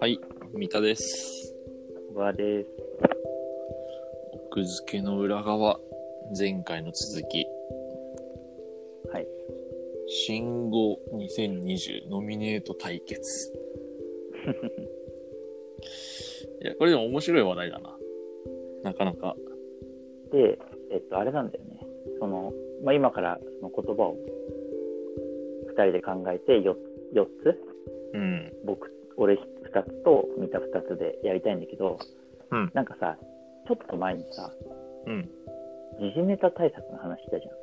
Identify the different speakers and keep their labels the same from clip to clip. Speaker 1: はい、三田です。
Speaker 2: 小川です。
Speaker 1: 奥付けの裏側、前回の続き。
Speaker 2: はい。
Speaker 1: 信号2020ノミネート対 決。いや、これでも面白い話題だな。なかなか。
Speaker 2: で、えっと、あれなんだよね。その、まあ、今からその言葉を二人で考えて4、四つ
Speaker 1: うん。
Speaker 2: 僕、俺二つと三田二つでやりたいんだけど、
Speaker 1: うん
Speaker 2: なんかさ、ちょっと前にさ、
Speaker 1: うん。
Speaker 2: 時事ネタ対策の話したじゃん。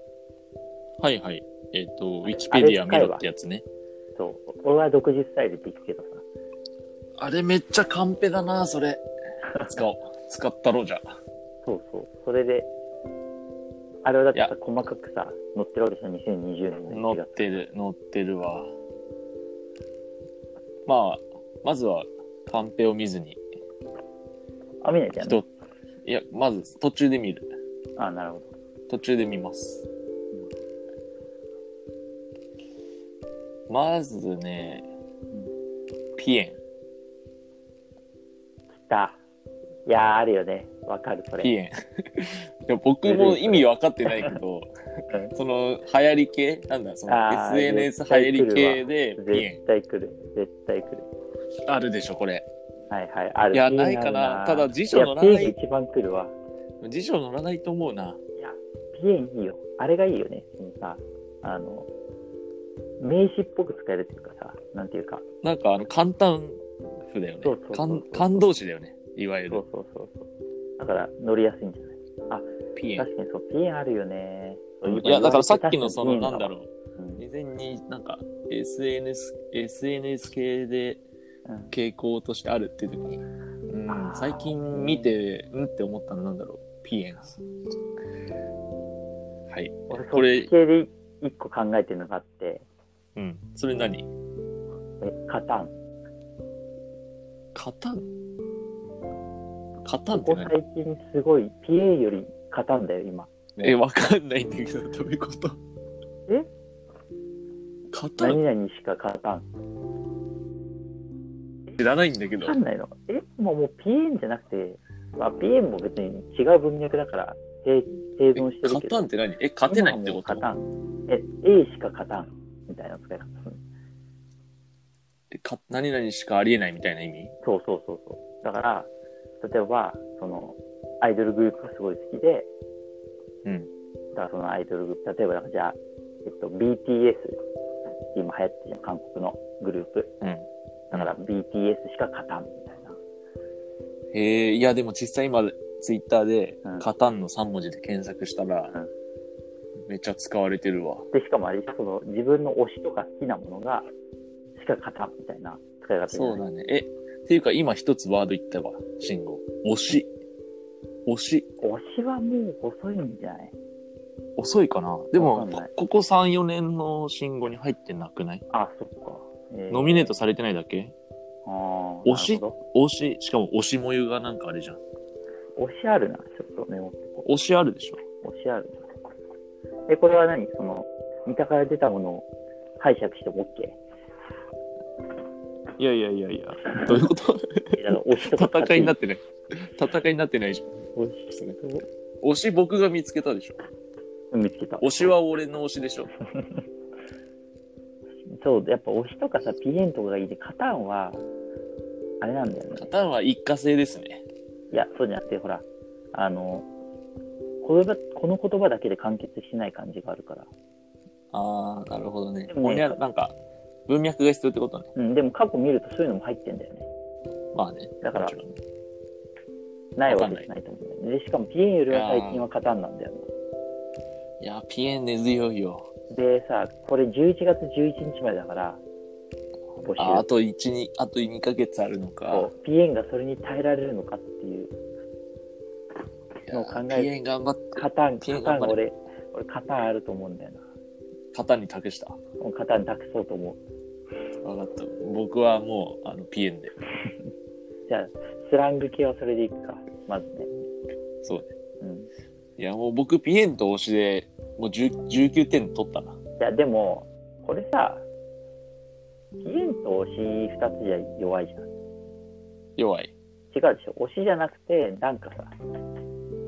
Speaker 1: はいはい。えっ、と、ウィキペディア見ろってやつね。
Speaker 2: そう。俺は独自スタイルで行くけどさ。
Speaker 1: あれめっちゃカンペだな、それ。使おう。使ったろ、じゃあ。
Speaker 2: そうそう。それで、あれはだって
Speaker 1: い
Speaker 2: さ、細かくさ、載ってるわけじゃん、2020年の
Speaker 1: 乗
Speaker 2: 1月
Speaker 1: っ。てる、乗ってるわ。まあ、まずは、カンペを見ずに、
Speaker 2: あ、見ないじゃん。
Speaker 1: 人、いや、まず、途中で見る。
Speaker 2: あ、なるほど。
Speaker 1: 途中で見ます。まずね、ピエ
Speaker 2: 来た。いやー、あるよね。わかる、そ
Speaker 1: ン、
Speaker 2: れ。
Speaker 1: ピエン。いや僕も意味分かってないけど、
Speaker 2: うん
Speaker 1: その、流行り系なんだ、その
Speaker 2: あ、ー
Speaker 1: SNS 流行り系で、ピエ
Speaker 2: 絶対来る、絶対来る。
Speaker 1: ン。あるでしょ、これ。
Speaker 2: はいはい、ある。
Speaker 1: いや
Speaker 2: 気にる
Speaker 1: ないかなただ辞書のない
Speaker 2: いや、ページ一番来るわ。
Speaker 1: 辞書乗らないと思うな。
Speaker 2: ピエンいいよ。あれがいいよね。そのさ、あの、名詞っぽく使えるっていうかさ、なんていうか、
Speaker 1: なんかあの簡単譜だよね
Speaker 2: そうそうそうそう
Speaker 1: 感感動詞だよねいわゆ
Speaker 2: そ
Speaker 1: る
Speaker 2: うそうそうそう。だから乗りやすいんじゃない
Speaker 1: ピエン
Speaker 2: 確かにそう、ピエンあるよね。
Speaker 1: いやだからさっきのそのなんだ
Speaker 2: ろ
Speaker 1: ろう
Speaker 2: うん。
Speaker 1: 2002なんか SNS, SNS 系で
Speaker 2: うん
Speaker 1: 傾向としてあるっていう時に、うん
Speaker 2: あー
Speaker 1: 最近見てうんって思ったのなんだろうピエンはい
Speaker 2: 俺そ
Speaker 1: これ、
Speaker 2: 系で一個考えてるのがあって、
Speaker 1: うん、それ何
Speaker 2: え、カタン。
Speaker 1: カタンカタンっ
Speaker 2: こ
Speaker 1: て何
Speaker 2: こ最近すごい、ピエンよりカタンだよ、今。
Speaker 1: えわかんないんだけど どういうこと
Speaker 2: え
Speaker 1: カタン
Speaker 2: 何々しかカタン。
Speaker 1: 知らないんだけど
Speaker 2: わかんないの。え、もうもう PN じゃなくて、まあ、PN も別に違う文脈だから並並存してる
Speaker 1: 勝
Speaker 2: け
Speaker 1: た
Speaker 2: ど。
Speaker 1: んって何え、勝てないってこ
Speaker 2: 今
Speaker 1: と
Speaker 2: はもう勝たん。え、A しか勝たん。みたいな使い方する。
Speaker 1: えか何々しかありえないみたいな意味
Speaker 2: そうそうそうそう。だから、例えば、その、アイドルグループがすごい好きで、
Speaker 1: うん。
Speaker 2: だからそのアイドルグループ、例えばだからじゃあ、えっと、BTS って今流行ってるじゃん、韓国のグループ。
Speaker 1: うん。
Speaker 2: だから、BTS しか勝たんみたいな。
Speaker 1: えー、いやでも実際今、ツイッターで
Speaker 2: うん、
Speaker 1: カタンの3文字で検索したら、
Speaker 2: うん
Speaker 1: めっちゃ使われてるわ。
Speaker 2: で、しかもあれ、その自分の推しとか好きなものが、しか勝たんみたいな使い方じゃ
Speaker 1: そ
Speaker 2: な
Speaker 1: うだ
Speaker 2: い
Speaker 1: ね。え、っていうか今一つワード言ったわ。信号。推し。推し。
Speaker 2: 推しはもう細いんじゃない
Speaker 1: 遅いかなで
Speaker 2: わか
Speaker 1: も
Speaker 2: んない、
Speaker 1: ここ3、4年の信号に入ってなくない
Speaker 2: あ、そっか。えー
Speaker 1: ノミネートされてないだけ
Speaker 2: あー
Speaker 1: 推し
Speaker 2: なるほ
Speaker 1: 推し。しかも推しもゆがなんかあれじゃん。
Speaker 2: ど推しあるな、ちょっとメモってこ
Speaker 1: 推しあるでしょ
Speaker 2: う。推しあるな。え、これは何その、三田から出たものを拝借しても OK?
Speaker 1: いやいやいやいや。どういうこと
Speaker 2: えだから推しとか
Speaker 1: 戦いにな
Speaker 2: っ
Speaker 1: ってない。戦いになってないじゃん。
Speaker 2: 推し
Speaker 1: 推し僕が見つけたでしょ。
Speaker 2: 見つけた。
Speaker 1: 推しは俺の推しでしょ。
Speaker 2: そう、やっぱ推しとかさ、PN とかがいいで、カタンは、あれなんだよね
Speaker 1: カ。タンは一過性ですね。
Speaker 2: いや、そうじゃなくて、ほら、あの、これこの言葉だけで完結しない感じがあるから。
Speaker 1: あー、なるほどね
Speaker 2: で。も
Speaker 1: ほ
Speaker 2: ね
Speaker 1: にゃらなんか、文脈が必要ってことね。
Speaker 2: うん、でも過去見るとそういうのも入ってんだよね。
Speaker 1: まあね。
Speaker 2: だから
Speaker 1: もちろんね
Speaker 2: ないわけじゃないと思うんだよね。で、しかもピエンよりは最近は勝たんなんだよね。
Speaker 1: いや、ピエン根強いよ。
Speaker 2: でさ、これ11月11日までだから、募
Speaker 1: あーあ
Speaker 2: 集。
Speaker 1: と1、2、あと2ヶ月あるのか
Speaker 2: こ。うピエンがそれに耐えられるのかっていう。
Speaker 1: いや
Speaker 2: もう考え
Speaker 1: ピエン頑張って、
Speaker 2: カタン、
Speaker 1: ピエ
Speaker 2: カ
Speaker 1: ン
Speaker 2: タ
Speaker 1: 頑
Speaker 2: ン、
Speaker 1: 張
Speaker 2: 俺、俺カタンあると思うんだよな。
Speaker 1: 肩に託した。
Speaker 2: もうカタン託そうと思う。
Speaker 1: わかった。僕はもう、あの、ピエンで。
Speaker 2: じゃあ、スラング系はそれでいくか。まずね。
Speaker 1: そうね。
Speaker 2: うん。
Speaker 1: いや、もう僕、ピエンと推しでもう10 19点取ったな。
Speaker 2: いや、でも、これさ、期限と推し2つじゃ弱いじゃん。
Speaker 1: 弱い。
Speaker 2: 違うでしょ。推しじゃなくて、なんかさ、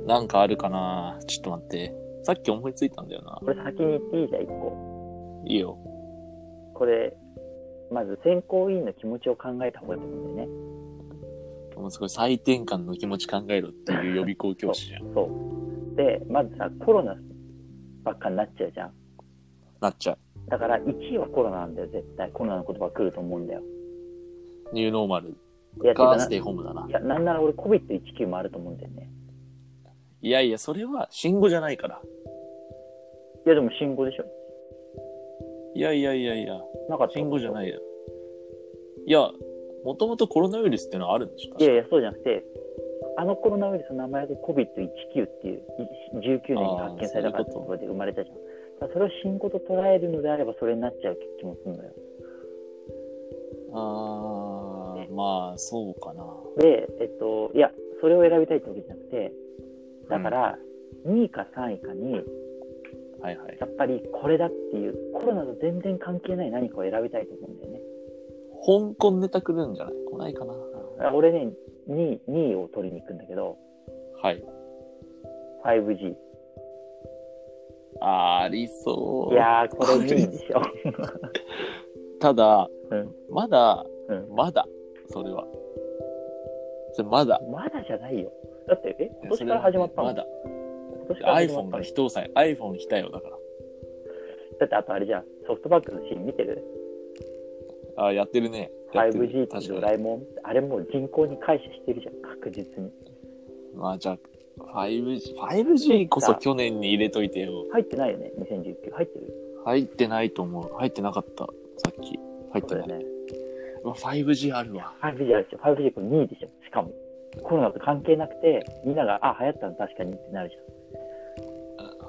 Speaker 1: なんかあるかなちょっと待って。さっき思いついたんだよな。
Speaker 2: これ先に言っていいじゃん、1個。
Speaker 1: いいよ。
Speaker 2: これ、まず選考委員の気持ちを考えた方がいいと思うんだよね。
Speaker 1: もうすごい最転換の気持ち考えろっていう予備校教師じゃん。
Speaker 2: そう。で、まずさ、コロナばっかになっちゃうじゃん。
Speaker 1: なっちゃう。
Speaker 2: だから1位はコロナなんだよ、絶対。コロナの言葉来ると思うんだよ。
Speaker 1: ニューノーマル
Speaker 2: いや、てか
Speaker 1: が
Speaker 2: な
Speaker 1: ステイホームだな。
Speaker 2: いやなんなら俺 COVID19 もあると思うんだよね。
Speaker 1: いやいや、それは信号じゃないから。
Speaker 2: いや、でも信号でしょ。
Speaker 1: いやいやいやいや、
Speaker 2: なんか。
Speaker 1: 信号じゃないいよ。いや、もともとコロナウイルスってのはあるんでしょ
Speaker 2: いやいや、そうじゃなくて、あのコロナウイルスの名前で COVID-19 っていう、い19年に発見された
Speaker 1: あーそういうこと
Speaker 2: からってことで生まれたじゃん。だからそれを信号と捉えるのであれば、それになっちゃう気もするんだよ。
Speaker 1: あー、まあ、そうかな。
Speaker 2: で、えっと、いや、それを選びたいってわけじゃなくて、だから、2位か3位かに、
Speaker 1: はいはい。
Speaker 2: やっぱりこれだっていう、コロナと全然関係ない何かを選びたいと思うんだよね。
Speaker 1: 香港ネタ来るんじゃない来ないかな。
Speaker 2: あ俺ね、2位、2位を取りに行くんだけど、
Speaker 1: はい。
Speaker 2: 5G。
Speaker 1: ありそう。
Speaker 2: いやー、これ2位でし ょ。
Speaker 1: ただ、
Speaker 2: うん
Speaker 1: まだ、
Speaker 2: うん
Speaker 1: まだ、それは。それまだ。
Speaker 2: まだじゃないよ。だって、え、今年から始まったの
Speaker 1: それはね
Speaker 2: 今年から
Speaker 1: まだ。iPhone
Speaker 2: 始まった
Speaker 1: が
Speaker 2: の
Speaker 1: 非搭載。iPhone 非対応だか
Speaker 2: だって、あとあれじゃん、ソフトバンクのシーン見てる
Speaker 1: ら。あーやってるね。やってる
Speaker 2: ?5G とド
Speaker 1: 確
Speaker 2: ラ
Speaker 1: か
Speaker 2: えもん。あれもう人口に感謝してるじゃん、確実に。
Speaker 1: に。まあじゃあ、5G。5G こそ去年に入れといてよ。
Speaker 2: 入ってないよね、2019。入ってる
Speaker 1: 入ってないと思う。入ってなかった。さっき。入って
Speaker 2: そう
Speaker 1: な
Speaker 2: だ
Speaker 1: い。
Speaker 2: よね。
Speaker 1: うわ 5G あるわ。
Speaker 2: 5G あるでしょ。5G これ2位でしょ。しかも、コロナと関係なくて、みんなが、あ、流行ったの確かにってなるじゃん。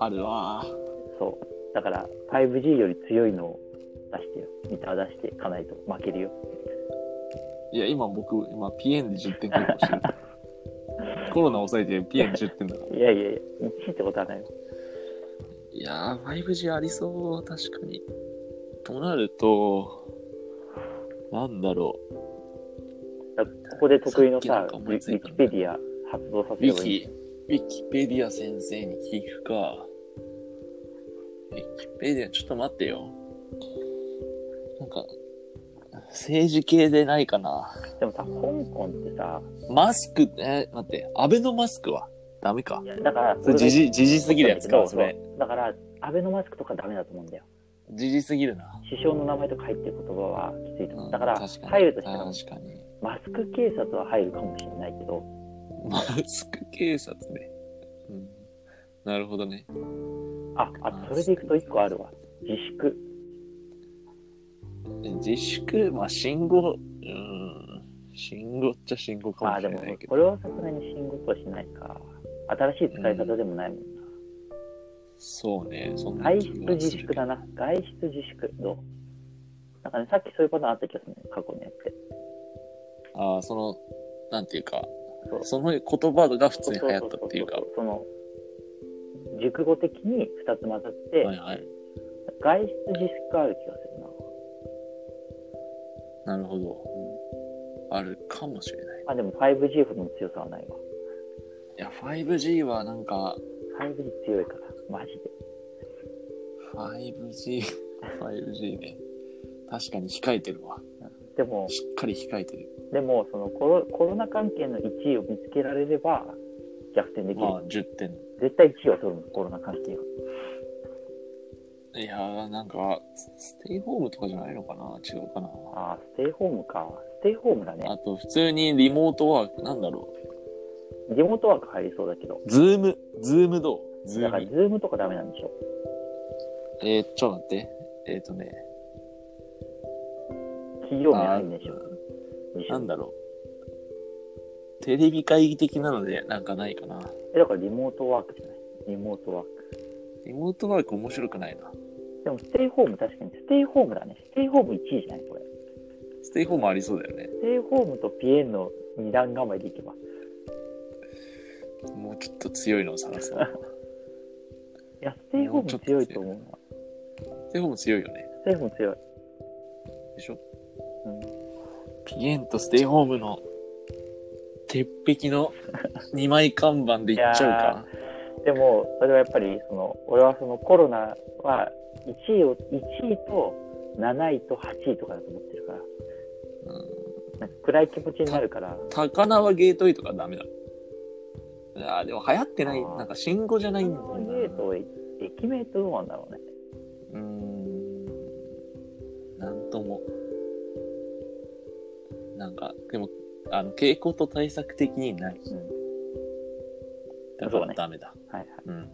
Speaker 1: あるわ。
Speaker 2: そう。だから、5G より強いのを出してよ。ミター出していかないと負けるよ。
Speaker 1: いや、今僕、今、ピエンで10点結構して る。コロナ抑えてピエン10点だから。
Speaker 2: いやいやいや、1位ってことはないよ。
Speaker 1: いやー、5G ありそう、確かに。となると、なんだろ
Speaker 2: だからここで得意
Speaker 1: さっ
Speaker 2: の
Speaker 1: きな
Speaker 2: さ
Speaker 1: ん、か
Speaker 2: ウ
Speaker 1: 思い
Speaker 2: ィ
Speaker 1: つ
Speaker 2: キ
Speaker 1: いたん
Speaker 2: ペ
Speaker 1: だ
Speaker 2: ディア発動さ
Speaker 1: う。
Speaker 2: せ
Speaker 1: ウ
Speaker 2: れ
Speaker 1: ィ
Speaker 2: ばいい。
Speaker 1: キ、ウィキペディア先生に聞くか。ウィキペディア、ちょっと待ってよ。なんか、政治系でないかな。
Speaker 2: でもさ、香港ってさ、
Speaker 1: マスク、えー待って、アベノマスクはダメか。
Speaker 2: だから、
Speaker 1: それ、じじ、じじすぎるやつか、それ。
Speaker 2: ううだから、アベノマスクとかダメだと思うんだよ。
Speaker 1: じじすぎるな。
Speaker 2: 首相の名前とか入ってる言葉はきついと
Speaker 1: う
Speaker 2: 思
Speaker 1: ん
Speaker 2: う。だから、
Speaker 1: 確かに
Speaker 2: 入るとしたら、マ
Speaker 1: 確かに。
Speaker 2: スク警察は入るかもしれないけど、
Speaker 1: マスク警察ね。うん。なるほどね。
Speaker 2: あ、あ、それでいくと1個あるわ。自粛。
Speaker 1: 自粛、まあ、信号、うん。信号っちゃ信号か
Speaker 2: ま
Speaker 1: も
Speaker 2: あ
Speaker 1: し
Speaker 2: で
Speaker 1: れ
Speaker 2: も
Speaker 1: ないけ、ど。
Speaker 2: これはさすがに信号とはしないか。新しい使い方でもないもんな。
Speaker 1: そうね。そんな
Speaker 2: 外
Speaker 1: 気
Speaker 2: 出
Speaker 1: が
Speaker 2: 自
Speaker 1: する
Speaker 2: 粛だな。外出自粛。どうなんかね、さっきそういうパターンあった気がするね。過去のやつで。
Speaker 1: ああ、その、なんていうか、
Speaker 2: そう
Speaker 1: その言葉が普通に流行ったっていうか。
Speaker 2: そその、熟語的に2つ混ざって、
Speaker 1: はいはい。
Speaker 2: 外出自粛ある気がするな。
Speaker 1: なるほど。あるかもしれない。い
Speaker 2: まあでも 5G ほどの強さはないわ。
Speaker 1: や、5G はなんか、
Speaker 2: 5G 強いから、マジで。
Speaker 1: 5G、5G ね。確かに控えてるわ。
Speaker 2: でも、
Speaker 1: しっかり控えてる。
Speaker 2: でも、そのコロコロナ関係の1位を見つけられれば、逆転できる。
Speaker 1: まあ、10点。
Speaker 2: 絶対1位は取るもん、コロナ関係は。
Speaker 1: いやー、なんか、ステイホームとかじゃないのかな違うかな
Speaker 2: ああ、ステイホームか。ステイホームだね。
Speaker 1: あと、普通にリモートワーク、なんだろ
Speaker 2: リモートワーク入りそうだけど。
Speaker 1: う。ズーム、ズームどうズ
Speaker 2: だか
Speaker 1: ー
Speaker 2: ら、ズ
Speaker 1: ム。
Speaker 2: ームとかダメなんでしょ。
Speaker 1: えー、ちょっと待って。えっ、ー、とね、
Speaker 2: 企業名入るんでしょ。自
Speaker 1: なん
Speaker 2: 主
Speaker 1: だろう。テレビ会議的なので、なんかないかな。
Speaker 2: え、だからリモートワークじゃない。リモートワーク。
Speaker 1: リモートワーク面白くないな。
Speaker 2: でも、ステイホーム確かに、ステイホームだね。ステイホーム1位じゃないこれ。
Speaker 1: ステイホームありそうだよね。
Speaker 2: ステイホームとピエンの二段構えでいけば。
Speaker 1: もうちょっと強いのを探そう。
Speaker 2: いや、ステイホーム強いと思うな。
Speaker 1: ステイホーム強いよね。
Speaker 2: ステイホーム強い。
Speaker 1: でしょ
Speaker 2: うん。
Speaker 1: ピエンとステイホームの鉄壁の2枚看板でいっちゃうか。
Speaker 2: でも、それはやっぱり、その、俺はそのコロナは1位を、1位と7位と8位とかだと思ってるから、
Speaker 1: うん
Speaker 2: なんか暗い気持ちになるから、
Speaker 1: 高輪ゲートイとかダメだ。ああ、でも流行ってない、
Speaker 2: あー
Speaker 1: なんか信号じゃないんだよな。
Speaker 2: ゲートは駅名とどうなんだろうね。
Speaker 1: うーん。なんとも。なんか、でも、あの、傾向と対策的にない。
Speaker 2: うん。
Speaker 1: だか
Speaker 2: そうだ
Speaker 1: ら
Speaker 2: ね
Speaker 1: ダメだ。
Speaker 2: はいはい。
Speaker 1: うん。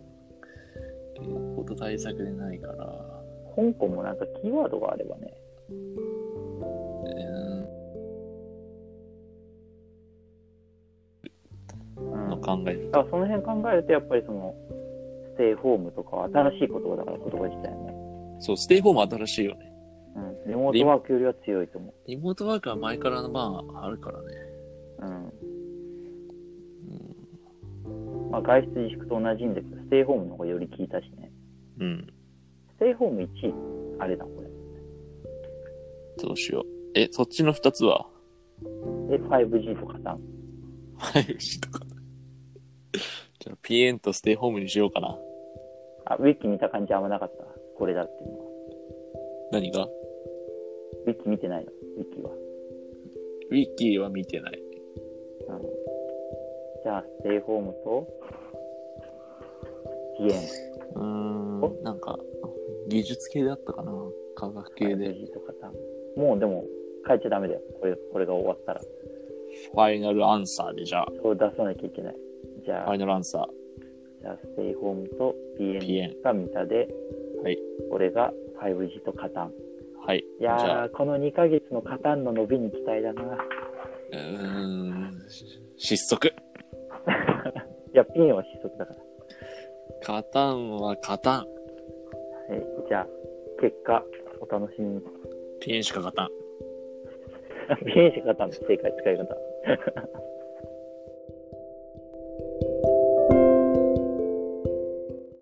Speaker 1: 傾向と対策でないから、
Speaker 2: 香港もなんかキーワードがあればね、
Speaker 1: う
Speaker 2: う
Speaker 1: ーん、
Speaker 2: ん
Speaker 1: の考える
Speaker 2: だからその辺考えるとやっぱりそのステイホームとかは新しい言葉だから言葉自体も、
Speaker 1: そう、ステイホームは新しいよね。
Speaker 2: うん、リモートワークよりは強いと思
Speaker 1: リモートワークは前からの番あるからね。
Speaker 2: う、う
Speaker 1: うん
Speaker 2: んまあ、外出自粛と同じんですけどステイホームの方がより効いたしね
Speaker 1: うん。
Speaker 2: ステイホーム1位あれだこ
Speaker 1: どうしよう。え、そっちの二つは
Speaker 2: れで 5G とかさ
Speaker 1: ?5G とか。じゃあ、ピエンとステイホームにしようかな。
Speaker 2: あウィキ見た感じあんまなかったこれだっていうのは
Speaker 1: 何が
Speaker 2: ウィキ見てないのウィキは、
Speaker 1: ウィキーは見てない。
Speaker 2: うん、じゃあステイホームとピエン
Speaker 1: うーん、なんか、技術系だったかな。科学系で。
Speaker 2: 5G とかさもうでも変えちゃダメだよこれこれが終わったら
Speaker 1: ファイナルアンサーで、じゃあ、フ
Speaker 2: そう出さなきゃいけないじゃあ
Speaker 1: ァイナルアンサー。
Speaker 2: じゃあ、ステイホームと
Speaker 1: PN
Speaker 2: PN が三田で、
Speaker 1: はい。
Speaker 2: 俺が 5G とカタン。
Speaker 1: はい。
Speaker 2: い
Speaker 1: じゃ
Speaker 2: や
Speaker 1: あ、
Speaker 2: ー、この2ヶ月のカタンの伸びに期待だな。
Speaker 1: うーん、し失速。
Speaker 2: いや、ピンは失速だから。
Speaker 1: カタンはカタン。
Speaker 2: はい、じゃあ、結果、お楽しみに。
Speaker 1: ピエンしかカタン。
Speaker 2: ピンしかカタンの正解使い方。